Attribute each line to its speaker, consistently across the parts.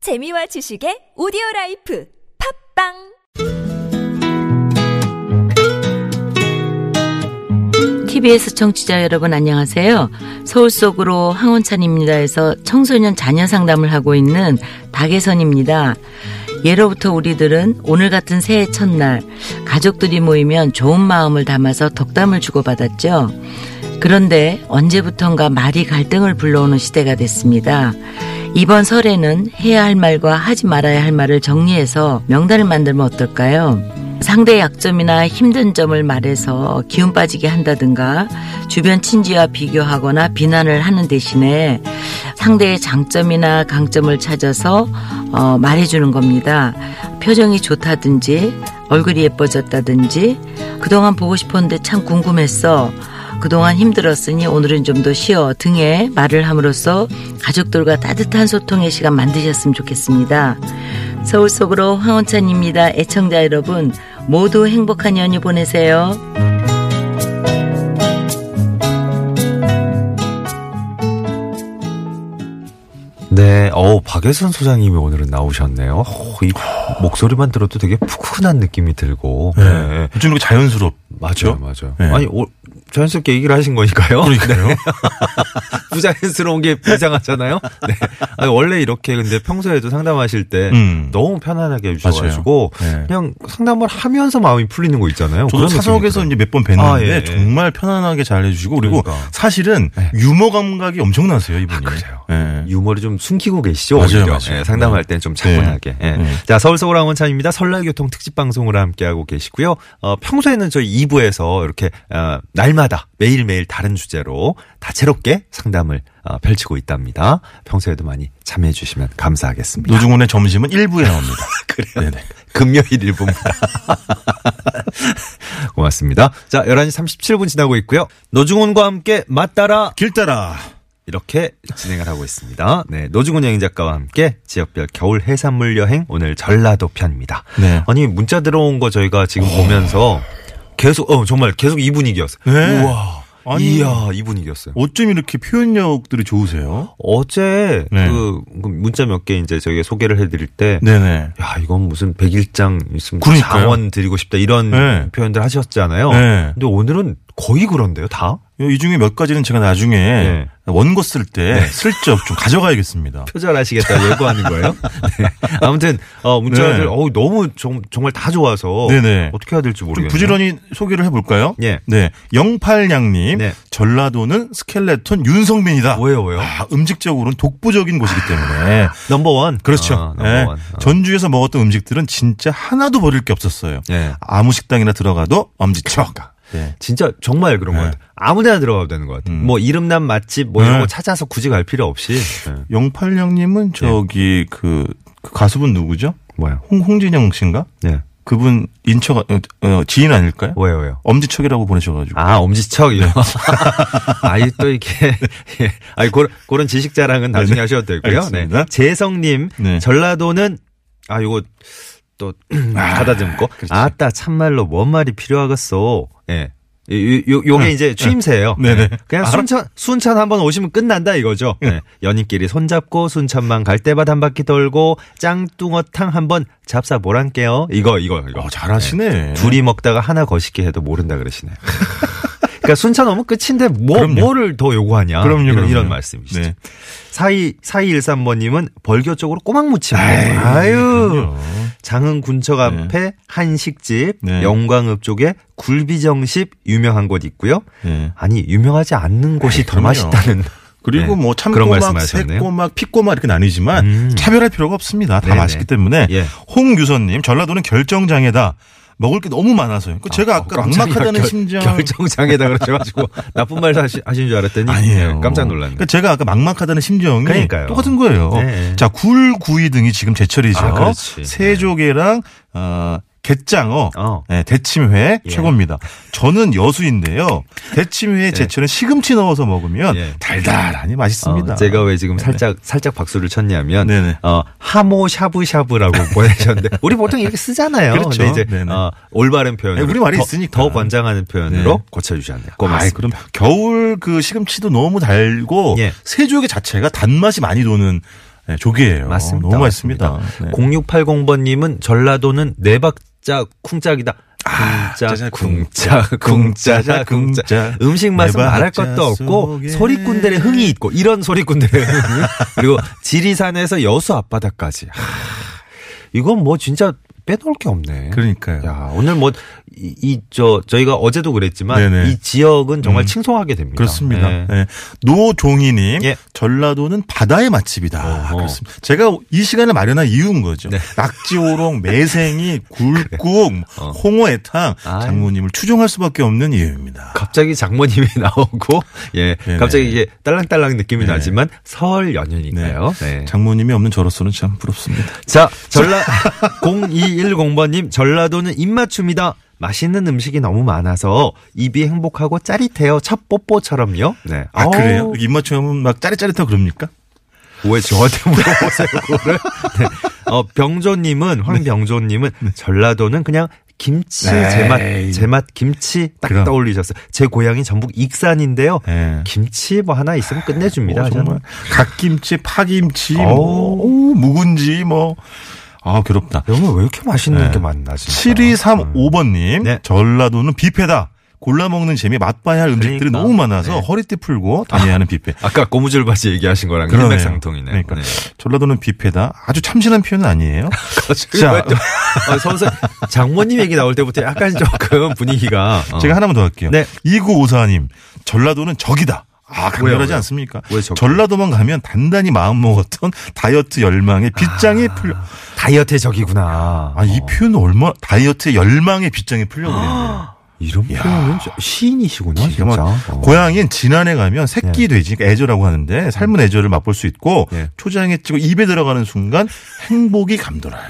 Speaker 1: 재미와 지식의 오디오 라이프 팝빵
Speaker 2: TBS 청취자 여러분 안녕하세요. 서울 속으로 항원찬입니다에서 청소년 자녀 상담을 하고 있는 박예선입니다. 예로부터 우리들은 오늘 같은 새해 첫날 가족들이 모이면 좋은 마음을 담아서 덕담을 주고받았죠. 그런데 언제부턴가 말이 갈등을 불러오는 시대가 됐습니다. 이번 설에는 해야 할 말과 하지 말아야 할 말을 정리해서 명단을 만들면 어떨까요? 상대의 약점이나 힘든 점을 말해서 기운 빠지게 한다든가 주변 친지와 비교하거나 비난을 하는 대신에 상대의 장점이나 강점을 찾아서 어, 말해주는 겁니다. 표정이 좋다든지 얼굴이 예뻐졌다든지 그동안 보고 싶었는데 참 궁금했어. 그동안 힘들었으니 오늘은 좀 더 쉬어 등의 말을 함으로써 가족들과 따뜻한 소통의 시간 만드셨으면 좋겠습니다. 서울 속으로 황원찬입니다. 애청자 여러분 모두 행복한 연휴 보내세요.
Speaker 3: 네, 어 박예선 소장님이 오늘은 나오셨네요. 어, 이 목소리만 들어도 되게 푸근한 느낌이 들고.
Speaker 4: 예.
Speaker 3: 네.
Speaker 4: 요즘 이렇게 자연스럽.
Speaker 3: 맞아요, 맞아요.
Speaker 4: 네.
Speaker 3: 아니, 오, 자연스럽게 얘기를 하신 거니까요.
Speaker 4: 그러니까요.
Speaker 3: 네. 부자연스러운 게 이상하잖아요. 네. 아니, 원래 이렇게 근데 평소에도 상담하실 때
Speaker 4: 음.
Speaker 3: 너무 편안하게 해주셔가지고
Speaker 4: 맞아요. 네.
Speaker 3: 그냥 상담을 하면서 마음이 풀리는 거 있잖아요.
Speaker 4: 저도
Speaker 3: 그런
Speaker 4: 사석에서
Speaker 3: 느낌이
Speaker 4: 이제 몇 번 뵀는데
Speaker 3: 아, 예, 예.
Speaker 4: 정말 편안하게 잘 해주시고 그리고
Speaker 3: 그러니까.
Speaker 4: 사실은
Speaker 3: 예.
Speaker 4: 유머 감각이 엄청나세요 이분이.
Speaker 3: 그래요?
Speaker 4: 예.
Speaker 3: 유머를 좀 숨기고 계시죠.
Speaker 4: 맞아요,
Speaker 3: 오히려.
Speaker 4: 맞아요.
Speaker 3: 예, 상담할 때는 좀 차분하게.
Speaker 4: 네.
Speaker 3: 예.
Speaker 4: 네.
Speaker 3: 자, 서울 서울 항원찬입니다. 설날 교통 특집 방송으로 함께하고 계시고요. 어, 평소에는 저희 2부에서 이렇게 어, 날마다 매일매일 다른 주제로 다채롭게 상담을 어, 펼치고 있답니다. 평소에도 많이 참여해 주시면 감사하겠습니다.
Speaker 4: 노중훈의 점심은 1부에 나옵니다. 그래요. 네네.
Speaker 3: 금요일 1부입니다. 고맙습니다. 자, 11시 37분 지나고 있고요. 노중훈과 함께 맞따라
Speaker 4: 길 따라.
Speaker 3: 이렇게 진행을 하고 있습니다. 네, 노중훈 여행 작가와 함께 지역별 겨울 해산물 여행 오늘 전라도 편입니다.
Speaker 4: 네.
Speaker 3: 아니 문자 들어온 거 저희가 지금 보면서 계속 어 정말 계속 이 분위기였어요.
Speaker 4: 네.
Speaker 3: 우와,
Speaker 4: 아니.
Speaker 3: 이야 이 분위기였어요.
Speaker 4: 어쩜 이렇게 표현력들이 좋으세요?
Speaker 3: 어제
Speaker 4: 네.
Speaker 3: 그 문자 몇 개 이제 저희가 소개를 해드릴 때.
Speaker 4: 네네.
Speaker 3: 야, 이건 무슨 백일장 있으면
Speaker 4: 그러니까요.
Speaker 3: 장원 드리고 싶다 이런
Speaker 4: 네.
Speaker 3: 표현들 하셨잖아요.
Speaker 4: 네.
Speaker 3: 근데 오늘은 거의 그런데요, 다?
Speaker 4: 이 중에 몇 가지는 제가 나중에
Speaker 3: 네.
Speaker 4: 원고 쓸 때 슬쩍 좀 가져가야겠습니다.
Speaker 3: 표절하시겠다 예고하는 거예요. 네. 아무튼 어 문자들
Speaker 4: 네.
Speaker 3: 어우 너무 정, 정말 다 좋아서
Speaker 4: 네네.
Speaker 3: 어떻게 해야 될지
Speaker 4: 좀
Speaker 3: 모르겠네요.
Speaker 4: 부지런히 소개를 해볼까요?
Speaker 3: 예.
Speaker 4: 네. 영팔량님.
Speaker 3: 네.
Speaker 4: 전라도는 스켈레톤 윤성민이다.
Speaker 3: 왜요, 왜요?
Speaker 4: 아, 음식적으로는 독보적인 곳이기 때문에.
Speaker 3: 넘버 원.
Speaker 4: 그렇죠.
Speaker 3: 아, 넘버
Speaker 4: 예.
Speaker 3: 원. 아.
Speaker 4: 전주에서 먹었던 음식들은 진짜 하나도 버릴 게 없었어요.
Speaker 3: 예. 그러니까.
Speaker 4: 아무 식당이나 들어가도 엄지척. 네.
Speaker 3: 진짜 정말 그런 것
Speaker 4: 네.
Speaker 3: 같아요. 아무데나 들어가도 되는 것 같아요.
Speaker 4: 음.
Speaker 3: 뭐 이름난 맛집 뭐 이런
Speaker 4: 네.
Speaker 3: 거 찾아서 굳이 갈 필요 없이 네.
Speaker 4: 영팔량님은 저기 그, 그 가수분 누구죠?
Speaker 3: 예. 뭐요?
Speaker 4: 홍, 홍진영 씨인가?
Speaker 3: 네.
Speaker 4: 그분 인처가 어, 어, 지인 아닐까요?
Speaker 3: 왜요, 왜요?
Speaker 4: 엄지척이라고 보내셔가지고.
Speaker 3: 아, 엄지척, 이런. 아이, 또 이렇게. 예. 아이, 그런, 그런 지식 자랑은 나중에
Speaker 4: 네네.
Speaker 3: 하셔도 되고요. 네.
Speaker 4: 알겠습니다.
Speaker 3: 재성님,
Speaker 4: 네.
Speaker 3: 전라도는, 아, 요거 또,
Speaker 4: 아,
Speaker 3: 가다듬고. 아따, 참말로 뭔 말이 필요하겠어. 예. 요, 요, 요게 이제 추임새예요.
Speaker 4: 아, 네네.
Speaker 3: 예. 그냥 순천 순천 한번 오시면 끝난다 이거죠. 예. 연인끼리 손잡고 순천만 갈대밭 한 바퀴 돌고 짱뚱어탕 한번 잡사 보란게요. 이거 이거 이거.
Speaker 4: 어, 잘하시네.
Speaker 3: 둘이 먹다가 하나 거시기 해도 모른다 그러시네요. 그러니까 순천 오면 끝인데 뭐
Speaker 4: 그럼요.
Speaker 3: 뭐를 더 요구하냐?
Speaker 4: 그럼요,
Speaker 3: 이런,
Speaker 4: 그럼요.
Speaker 3: 이런 말씀이시죠.
Speaker 4: 네.
Speaker 3: 42 4213번님은 벌교 쪽으로 꼬막무침. 아유.
Speaker 4: 그럼요.
Speaker 3: 장흥 군척 앞에 한식집,
Speaker 4: 네.
Speaker 3: 영광읍 쪽에 굴비정식 유명한 곳 있고요.
Speaker 4: 네.
Speaker 3: 아니 유명하지 않는 곳이
Speaker 4: 아이,
Speaker 3: 더
Speaker 4: 그럼요.
Speaker 3: 맛있다는.
Speaker 4: 그리고
Speaker 3: 네,
Speaker 4: 뭐
Speaker 3: 그런
Speaker 4: 참고막,
Speaker 3: 말씀하셨네요. 음.
Speaker 4: 새꼬막, 피꼬막 이렇게 나뉘지만 차별할 필요가 없습니다. 다
Speaker 3: 네네.
Speaker 4: 맛있기 때문에
Speaker 3: 예.
Speaker 4: 홍유선님 전라도는 결정장애다. 먹을 게 너무 많아서요. 그 제가 아까 막막하다는
Speaker 3: 어, 결-
Speaker 4: 심정.
Speaker 3: 결정장애다 그러셔가지고 나쁜 말도 하시, 하신 줄 알았더니
Speaker 4: 아니에요.
Speaker 3: 네, 깜짝 놀랐네.
Speaker 4: 그러니까 제가 아까 막막하다는 심정이
Speaker 3: 그러니까요.
Speaker 4: 똑같은 거예요.
Speaker 3: 네.
Speaker 4: 자, 굴, 구이 등이 지금 제철이죠.
Speaker 3: 아, 그렇지.
Speaker 4: 새조개랑 어, 갯장어,
Speaker 3: 어.
Speaker 4: 네, 데침회 최고입니다. 저는 여수인데요. 데침회 제철은 시금치 넣어서 먹으면
Speaker 3: 예.
Speaker 4: 달달하니 맛있습니다.
Speaker 3: 어, 제가 왜 지금 살짝 살짝 박수를 쳤냐면
Speaker 4: 네네.
Speaker 3: 어, 하모 샤브샤브라고 보내셨는데 우리 보통 이렇게 쓰잖아요.
Speaker 4: 그렇죠.
Speaker 3: 근데 이제
Speaker 4: 네네.
Speaker 3: 어, 올바른 표현.
Speaker 4: 네, 우리말이 있으니까.
Speaker 3: 더 권장하는 표현으로
Speaker 4: 네.
Speaker 3: 고쳐주셨네요.
Speaker 4: 아이,
Speaker 3: 고맙습니다.
Speaker 4: 그럼 겨울 그 시금치도 너무 달고
Speaker 3: 예.
Speaker 4: 새조개 자체가 단맛이 많이 도는 네, 조개예요.
Speaker 3: 맞습니다.
Speaker 4: 너무 맛있습니다. 네.
Speaker 3: 0680번님은 전라도는 네 박자 쿵짝이다.
Speaker 4: 아, 짜자,
Speaker 3: 쿵짝, 쿵짝, 쿵짜자, 쿵짝.
Speaker 4: 쿵짝.
Speaker 3: 음식 맛은
Speaker 4: 네
Speaker 3: 말할
Speaker 4: 박자
Speaker 3: 것도 없고,
Speaker 4: 속에.
Speaker 3: 소리꾼들의 흥이 있고, 이런 소리꾼들의 흥. 그리고 지리산에서 여수 앞바다까지. 하, 이건 뭐 진짜 빼놓을 게 없네.
Speaker 4: 그러니까요.
Speaker 3: 야, 오늘 뭐, 이, 이, 저, 저희가 어제도 그랬지만,
Speaker 4: 네네. 음.
Speaker 3: 이 지역은 정말 칭송하게 됩니다.
Speaker 4: 그렇습니다.
Speaker 3: 네.
Speaker 4: 예. 노종희님
Speaker 3: 예.
Speaker 4: 전라도는 바다의 맛집이다.
Speaker 3: 어허. 네.
Speaker 4: 그렇습니다. 제가 이 시간을 마련한 이유인 거죠. 낙지오롱, 매생이, 굴국, 홍어애탕
Speaker 3: 아유.
Speaker 4: 장모님을 추종할 수밖에 없는 이유입니다.
Speaker 3: 갑자기 장모님이 나오고 예
Speaker 4: 네네.
Speaker 3: 갑자기 이게 딸랑딸랑 느낌이
Speaker 4: 네.
Speaker 3: 나지만 설 연휴니까요. 네.
Speaker 4: 장모님이 없는 저로서는 참 부럽습니다.
Speaker 3: 자 전라 0210번님 전라도는 입맞춤이다. 맛있는 음식이 너무 많아서 입이 행복하고 짜릿해요. 첫 뽀뽀처럼요. 네.
Speaker 4: 아
Speaker 3: 어우,
Speaker 4: 그래요? 입맞춤은 막 짜릿짜릿하고 그럽니까?
Speaker 3: 왜 저한테 물어보세요? 그거를. 네. 어, 병조님은 황병조님은 전라도는 그냥 김치
Speaker 4: 에이.
Speaker 3: 제맛 제맛 김치 딱
Speaker 4: 그럼.
Speaker 3: 떠올리셨어요. 제 고향이 전북 익산인데요.
Speaker 4: 예.
Speaker 3: 김치 뭐 하나 있으면 끝내줍니다.
Speaker 4: 어, 정말
Speaker 3: 저는.
Speaker 4: 갓김치, 파김치, 뭐, 오, 묵은지 뭐. 아 괴롭다.
Speaker 3: 영어 왜 이렇게 맛있는
Speaker 4: 네.
Speaker 3: 게 많나 진짜.
Speaker 4: 7235번님,
Speaker 3: 네.
Speaker 4: 전라도는 뷔페다. 골라 먹는 재미, 맛봐야 할 음식들이
Speaker 3: 그러니까.
Speaker 4: 너무 많아서
Speaker 3: 네.
Speaker 4: 허리띠 풀고 다녀야 하는 뷔페.
Speaker 3: 아까 고무줄 바지 얘기하신 거랑
Speaker 4: 그러네요.
Speaker 3: 일맥상통이네요.
Speaker 4: 그러니까
Speaker 3: 네.
Speaker 4: 전라도는 뷔페다. 아주 참신한 표현은 아니에요.
Speaker 3: 자, 어, 선생 장모님 얘기 나올 때부터 약간 조금 분위기가 어.
Speaker 4: 제가 하나만 더 할게요.
Speaker 3: 네.
Speaker 4: 2954님, 전라도는 적이다. 아, 강렬하지
Speaker 3: 왜요?
Speaker 4: 않습니까?
Speaker 3: 왜 적이?
Speaker 4: 전라도만 가면 단단히 마음 먹었던 다이어트 열망의 빗장이
Speaker 3: 아.
Speaker 4: 풀려.
Speaker 3: 다이어트의 적이구나.
Speaker 4: 아, 이
Speaker 3: 어.
Speaker 4: 표현 얼마 다이어트 열망의 빗장이 풀려버렸네요. 아, 뭐
Speaker 3: 이런 표현은 저- 시인이시구나 아, 진짜. 어.
Speaker 4: 고양이는 지난해 가면 새끼 돼지 그러니까 애조라고 하는데 삶은 애조를 맛볼 수 있고
Speaker 3: 음. 예.
Speaker 4: 초장에 찍고 입에 들어가는 순간 행복이 감돌아요.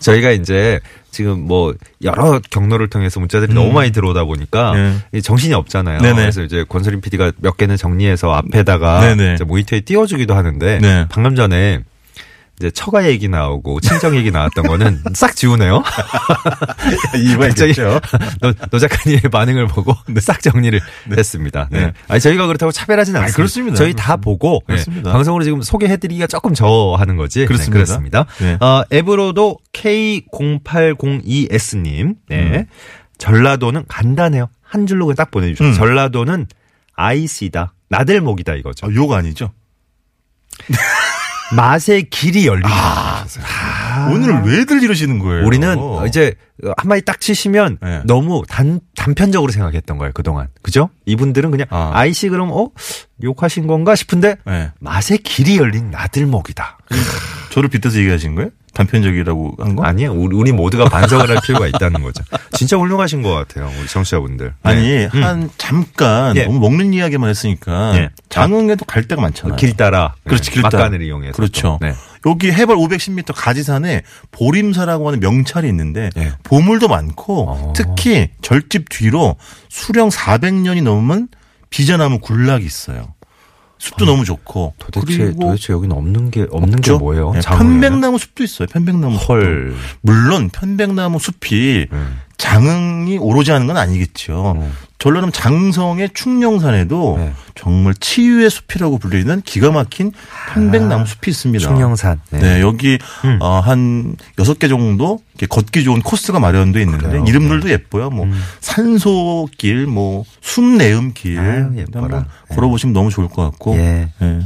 Speaker 3: 저희가 이제 지금 뭐 여러 경로를 통해서 문자들이 너무 많이 들어오다 보니까
Speaker 4: 음. 네.
Speaker 3: 이 정신이 없잖아요.
Speaker 4: 네네.
Speaker 3: 그래서 이제 권소림 PD가 몇 개는 정리해서 앞에다가
Speaker 4: 네네.
Speaker 3: 이제 모니터에 띄워주기도 하는데
Speaker 4: 네.
Speaker 3: 방금 전에 이제 처가 얘기 나오고 친정 얘기 나왔던 거는 싹 지우네요. 갑자기
Speaker 4: 이거죠.
Speaker 3: 노, 노 작가님의 반응을 보고 싹 정리를 했습니다. 네.
Speaker 4: 네.
Speaker 3: 아니 저희가 그렇다고 차별하진 않습니다.
Speaker 4: 그렇습니다.
Speaker 3: 저희 다 보고 예,
Speaker 4: 그렇습니다.
Speaker 3: 방송으로 지금 소개해드리기가 조금 저하는 거지.
Speaker 4: 그렇습니다.
Speaker 3: 네, 그렇습니다.
Speaker 4: 네.
Speaker 3: 어, 앱으로도 K0802S님, 네.
Speaker 4: 음.
Speaker 3: 전라도는 간단해요. 한 줄로 그냥 딱 보내주셨어요.
Speaker 4: 음.
Speaker 3: 전라도는 아이씨다. 나들목이다 이거죠.
Speaker 4: 아, 욕 아니죠?
Speaker 3: 맛의 길이 열린다.
Speaker 4: 오늘 왜들 이러시는 거예요?
Speaker 3: 아.
Speaker 4: 어.
Speaker 3: 우리는 어, 이제 한마디 딱 치시면
Speaker 4: 네.
Speaker 3: 너무 단, 단편적으로 생각했던 거예요, 그동안. 그죠? 이분들은 그냥
Speaker 4: 아.
Speaker 3: 아. 이씨 그럼 어? 욕하신 건가 싶은데
Speaker 4: 네.
Speaker 3: 맛의 길이 열린 나들목이다.
Speaker 4: 저를 빗대서 얘기하신 거예요? 단편적이라고 한 거?
Speaker 3: 아니에요. 우리, 우리 모두가 반성을 할 필요가 있다는 거죠. 진짜 훌륭하신 것 같아요, 우리 청취자분들. 네.
Speaker 4: 아니 한 잠깐
Speaker 3: 예.
Speaker 4: 너무 먹는 이야기만 했으니까
Speaker 3: 예.
Speaker 4: 장흥에도 갈 데가 많잖아요.
Speaker 3: 길 따라.
Speaker 4: 그렇지, 길 따라.
Speaker 3: 막간을 이용해서.
Speaker 4: 그렇죠.
Speaker 3: 또. 네.
Speaker 4: 여기 해발 510m 가지산에 보림사라고 하는 명찰이 있는데
Speaker 3: 예.
Speaker 4: 보물도 많고
Speaker 3: 어.
Speaker 4: 특히 절집 뒤로 수령 400년이 넘은 비자나무 군락이 있어요. 숲도 너무 좋고
Speaker 3: 아, 도대체,
Speaker 4: 그리고
Speaker 3: 도대체 여기는 없는 게, 없는
Speaker 4: 없죠?
Speaker 3: 게 뭐예요?
Speaker 4: 예,
Speaker 3: 장어에는?
Speaker 4: 편백나무 숲도 있어요. 편백나무 숲도.
Speaker 3: 헐.
Speaker 4: 물론 편백나무 숲이
Speaker 3: 음.
Speaker 4: 장흥이 오로지 하는 건 아니겠죠.
Speaker 3: 음.
Speaker 4: 전라남 장성의 충령산에도
Speaker 3: 네.
Speaker 4: 정말 치유의 숲이라고 불리는 기가 막힌 편백나무 숲이 있습니다.
Speaker 3: 아, 충령산.
Speaker 4: 네. 여기
Speaker 3: 음.
Speaker 4: 어, 한 여섯 개 정도 이렇게 걷기 좋은 코스가 마련돼 있는데
Speaker 3: 그래요? 네. 음.
Speaker 4: 이름들도 예뻐요. 뭐 산소길, 뭐 숨내음길
Speaker 3: 아유,
Speaker 4: 한번
Speaker 3: 예뻐라. 네.
Speaker 4: 걸어보시면 너무 좋을 것 같고.
Speaker 3: 예.
Speaker 4: 예.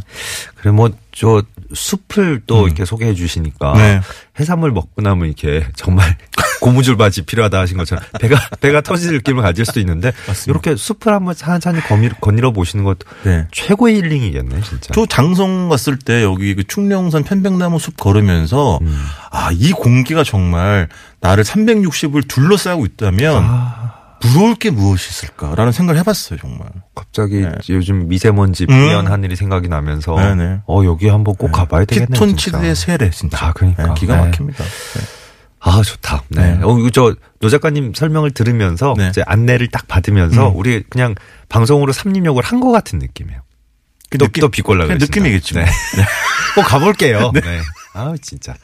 Speaker 3: 그래 뭐 저 숲을 또 이렇게 소개해 주시니까
Speaker 4: 음. 네.
Speaker 3: 해산물 먹고 나면 이렇게 정말 고무줄 바지 필요하다 하신 것처럼 배가 배가 터질 느낌을 가질 수도 있는데 이렇게 숲을 한번 찬찬히 거미- 거닐어 보시는 것도
Speaker 4: 네.
Speaker 3: 최고의 힐링이겠네 진짜.
Speaker 4: 저 장성 갔을 때 여기 그 충령산 편백나무 숲 걸으면서
Speaker 3: 음.
Speaker 4: 아 이 공기가 정말 나를 360을 둘러싸고 있다면
Speaker 3: 아.
Speaker 4: 부러울 게 무엇이 있을까라는 생각을 해봤어요 정말.
Speaker 3: 갑자기 요즘 미세먼지
Speaker 4: 부연
Speaker 3: 부연 하늘이 생각이 나면서
Speaker 4: 네. 음. 네네.
Speaker 3: 어 여기 한번 꼭 가봐야 되겠네. 진짜.
Speaker 4: 피톤치드의 세례 진짜.
Speaker 3: 아, 그러니까.
Speaker 4: 네, 기가
Speaker 3: 네.
Speaker 4: 막힙니다. 네.
Speaker 3: 아 좋다. 네.
Speaker 4: 네.
Speaker 3: 어, 이거 저 노작가님 설명을 들으면서
Speaker 4: 네.
Speaker 3: 이제 안내를 딱 받으면서 우리 그냥 방송으로 삼림역을 한 것 같은 느낌이에요. 또,
Speaker 4: 느낌-
Speaker 3: 또 비꼴라
Speaker 4: 그냥
Speaker 3: 그랬
Speaker 4: 느낌이겠지 뭐.
Speaker 3: 네. 꼭 가볼게요. 네. 아우 진짜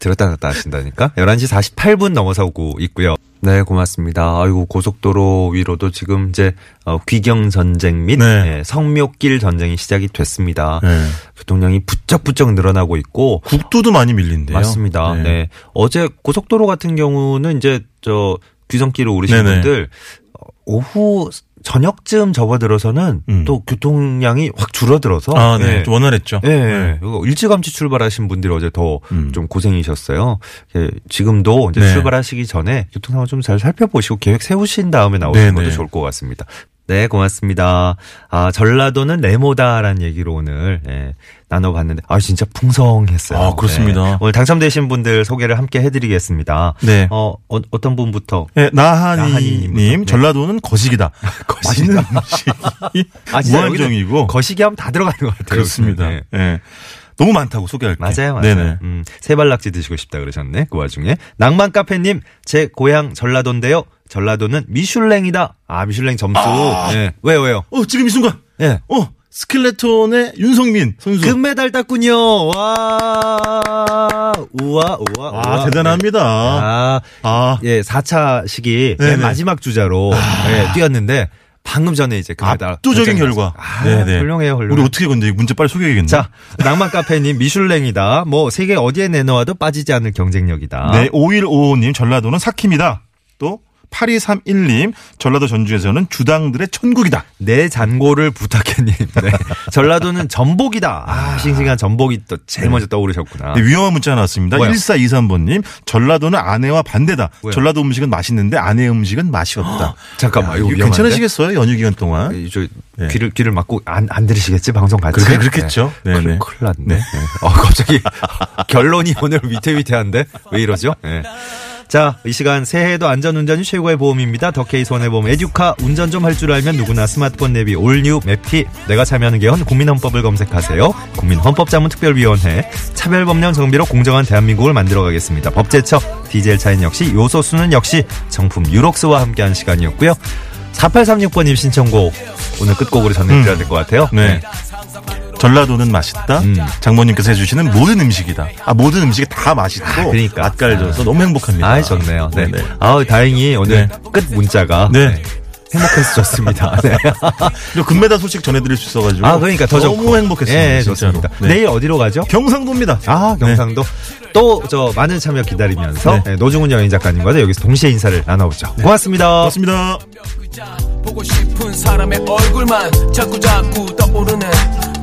Speaker 3: 들었다 놨다 하신다니까. 11시 48분 넘어서고 있고요. 네, 고맙습니다. 아이고 고속도로 위로도 지금 이제 어, 귀경 전쟁 및
Speaker 4: 네.
Speaker 3: 예, 성묘길 전쟁이 시작이 됐습니다.
Speaker 4: 네.
Speaker 3: 교통량이 부쩍부쩍 늘어나고 있고
Speaker 4: 국도도 많이 밀린대요.
Speaker 3: 맞습니다. 네. 어제 고속도로 같은 경우는 이제 저 귀성길로 오르시는
Speaker 4: 네네.
Speaker 3: 분들 오후 저녁쯤 접어들어서는
Speaker 4: 음.
Speaker 3: 또 교통량이 확 줄어들어서
Speaker 4: 아, 네.
Speaker 3: 예.
Speaker 4: 좀 원활했죠.
Speaker 3: 예, 네. 일찌감치 출발하신 분들이 어제 더 좀
Speaker 4: 음.
Speaker 3: 고생이셨어요. 예, 지금도 이제
Speaker 4: 네.
Speaker 3: 출발하시기 전에 교통 상황 좀 잘 살펴보시고 계획 세우신 다음에 나오시는
Speaker 4: 네네.
Speaker 3: 것도 좋을 것 같습니다. 네, 고맙습니다. 아, 전라도는 네모다라는 얘기로 오늘 예, 나눠봤는데, 아, 진짜 풍성했어요.
Speaker 4: 아, 그렇습니다.
Speaker 3: 네. 오늘 당첨되신 분들 소개를 함께 해드리겠습니다.
Speaker 4: 네.
Speaker 3: 어, 어, 어떤 분부터?
Speaker 4: 네, 나하니님,
Speaker 3: 나하니님부터. 네.
Speaker 4: 전라도는 거식이다. 맛있는 음식이
Speaker 3: 아, 진짜
Speaker 4: 무한정이고.
Speaker 3: 여기는 거시기 하면 다 들어가는 것 같아요.
Speaker 4: 그렇습니다.
Speaker 3: 네.
Speaker 4: 예. 너무 많다고 소개할게.
Speaker 3: 맞아요,
Speaker 4: 네네.
Speaker 3: 맞아요. 음, 세발낙지 드시고 싶다 그러셨네. 그 와중에 낭만 카페님 제 고향 전라도인데요. 전라도는 미슐랭이다. 아 미슐랭 점수. 예. 왜요 왜요?
Speaker 4: 어, 지금 이 순간.
Speaker 3: 예.
Speaker 4: 어, 스켈레톤의 윤성민 선수.
Speaker 3: 금메달 땄군요. 와 우와 우와.
Speaker 4: 아,
Speaker 3: 우와. 네.
Speaker 4: 대단합니다.
Speaker 3: 아,
Speaker 4: 아,
Speaker 3: 예, 4차 시기 맨
Speaker 4: 네네. 아.
Speaker 3: 마지막 주자로 예, 뛰었는데 방금 전에 이제 금메달
Speaker 4: 압도적인
Speaker 3: 결정이
Speaker 4: 결과.
Speaker 3: 났어요. 아, 훌륭해요, 훌륭해.
Speaker 4: 우리 어떻게 건데 문제 빨리 소개해야겠네.
Speaker 3: 자, 낭만 카페님 미슐랭이다. 뭐 세계 어디에 내놓아도 빠지지 않을 경쟁력이다.
Speaker 4: 네, 5155님 전라도는 사키입니다. 또 8231님 전라도 전주에서는 주당들의 천국이다.
Speaker 3: 내 잔고를 부탁해님. 네. 전라도는 전복이다. 아, 싱싱한 전복이 또 제일 먼저 떠오르셨구나.
Speaker 4: 네, 위험한 문자 하나 왔습니다.
Speaker 3: 아. 뭐요?
Speaker 4: 1423번님 전라도는 아내와 반대다.
Speaker 3: 왜요?
Speaker 4: 전라도 음식은 맛있는데 아내 음식은 맛이 없다.
Speaker 3: 잠깐만,
Speaker 4: 야,
Speaker 3: 이거 위험한데?
Speaker 4: 괜찮으시겠어요? 연휴 기간 동안.
Speaker 3: 이 저,
Speaker 4: 네.
Speaker 3: 귀를, 귀를 막고 안, 안 들으시겠지? 방송 같이.
Speaker 4: 그렇게- 그렇겠죠.
Speaker 3: 네. 큰-
Speaker 4: 네네.
Speaker 3: 큰일 났네. 네. 어, 갑자기 결론이 오늘 위태위태한데? 왜 이러죠? 네. 자, 이 시간 새해에도 안전운전이 최고의 보험입니다. 덕케이 손해보험 에듀카 운전 좀 할 줄 알면 누구나 스마트폰 내비 올뉴 맵티 내가 참여하는 개헌 국민헌법을 검색하세요. 국민헌법자문특별위원회 차별법령 정비로 공정한 대한민국을 만들어가겠습니다. 법제처 디젤 차인 역시 요소수는 역시 정품 유록스와 함께한 시간이었고요. 4836번님 신청곡 오늘 끝곡으로 전해드려야 될 것 같아요.
Speaker 4: 네. 전라도는 맛있다.
Speaker 3: 음.
Speaker 4: 장모님께서 해주시는 모든 음식이다. 아 모든 음식이 다 맛있고
Speaker 3: 아, 그러니까.
Speaker 4: 맛깔져서 너무 행복합니다.
Speaker 3: 아, 좋네요. 네.
Speaker 4: 네.
Speaker 3: 아우, 다행히 오늘
Speaker 4: 네.
Speaker 3: 끝 문자가
Speaker 4: 네.
Speaker 3: 행복해서 좋습니다. 네.
Speaker 4: 그리고 금메달 소식 전해드릴 수 있어가지고
Speaker 3: 아, 그러니까 더
Speaker 4: 너무
Speaker 3: 좋고.
Speaker 4: 행복했습니다.
Speaker 3: 예,
Speaker 4: 진짜로.
Speaker 3: 좋습니다.
Speaker 4: 네.
Speaker 3: 내일 어디로 가죠?
Speaker 4: 경상도입니다.
Speaker 3: 아, 경상도. 또 저 많은 참여 기다리면서
Speaker 4: 네.
Speaker 3: 네, 노중훈 여인 작가님과도 여기서 동시에 인사를 나눠보죠. 고맙습니다.
Speaker 4: 고맙습니다.
Speaker 5: 보고 싶은 사람의 얼굴만 자꾸 자꾸 떠오르네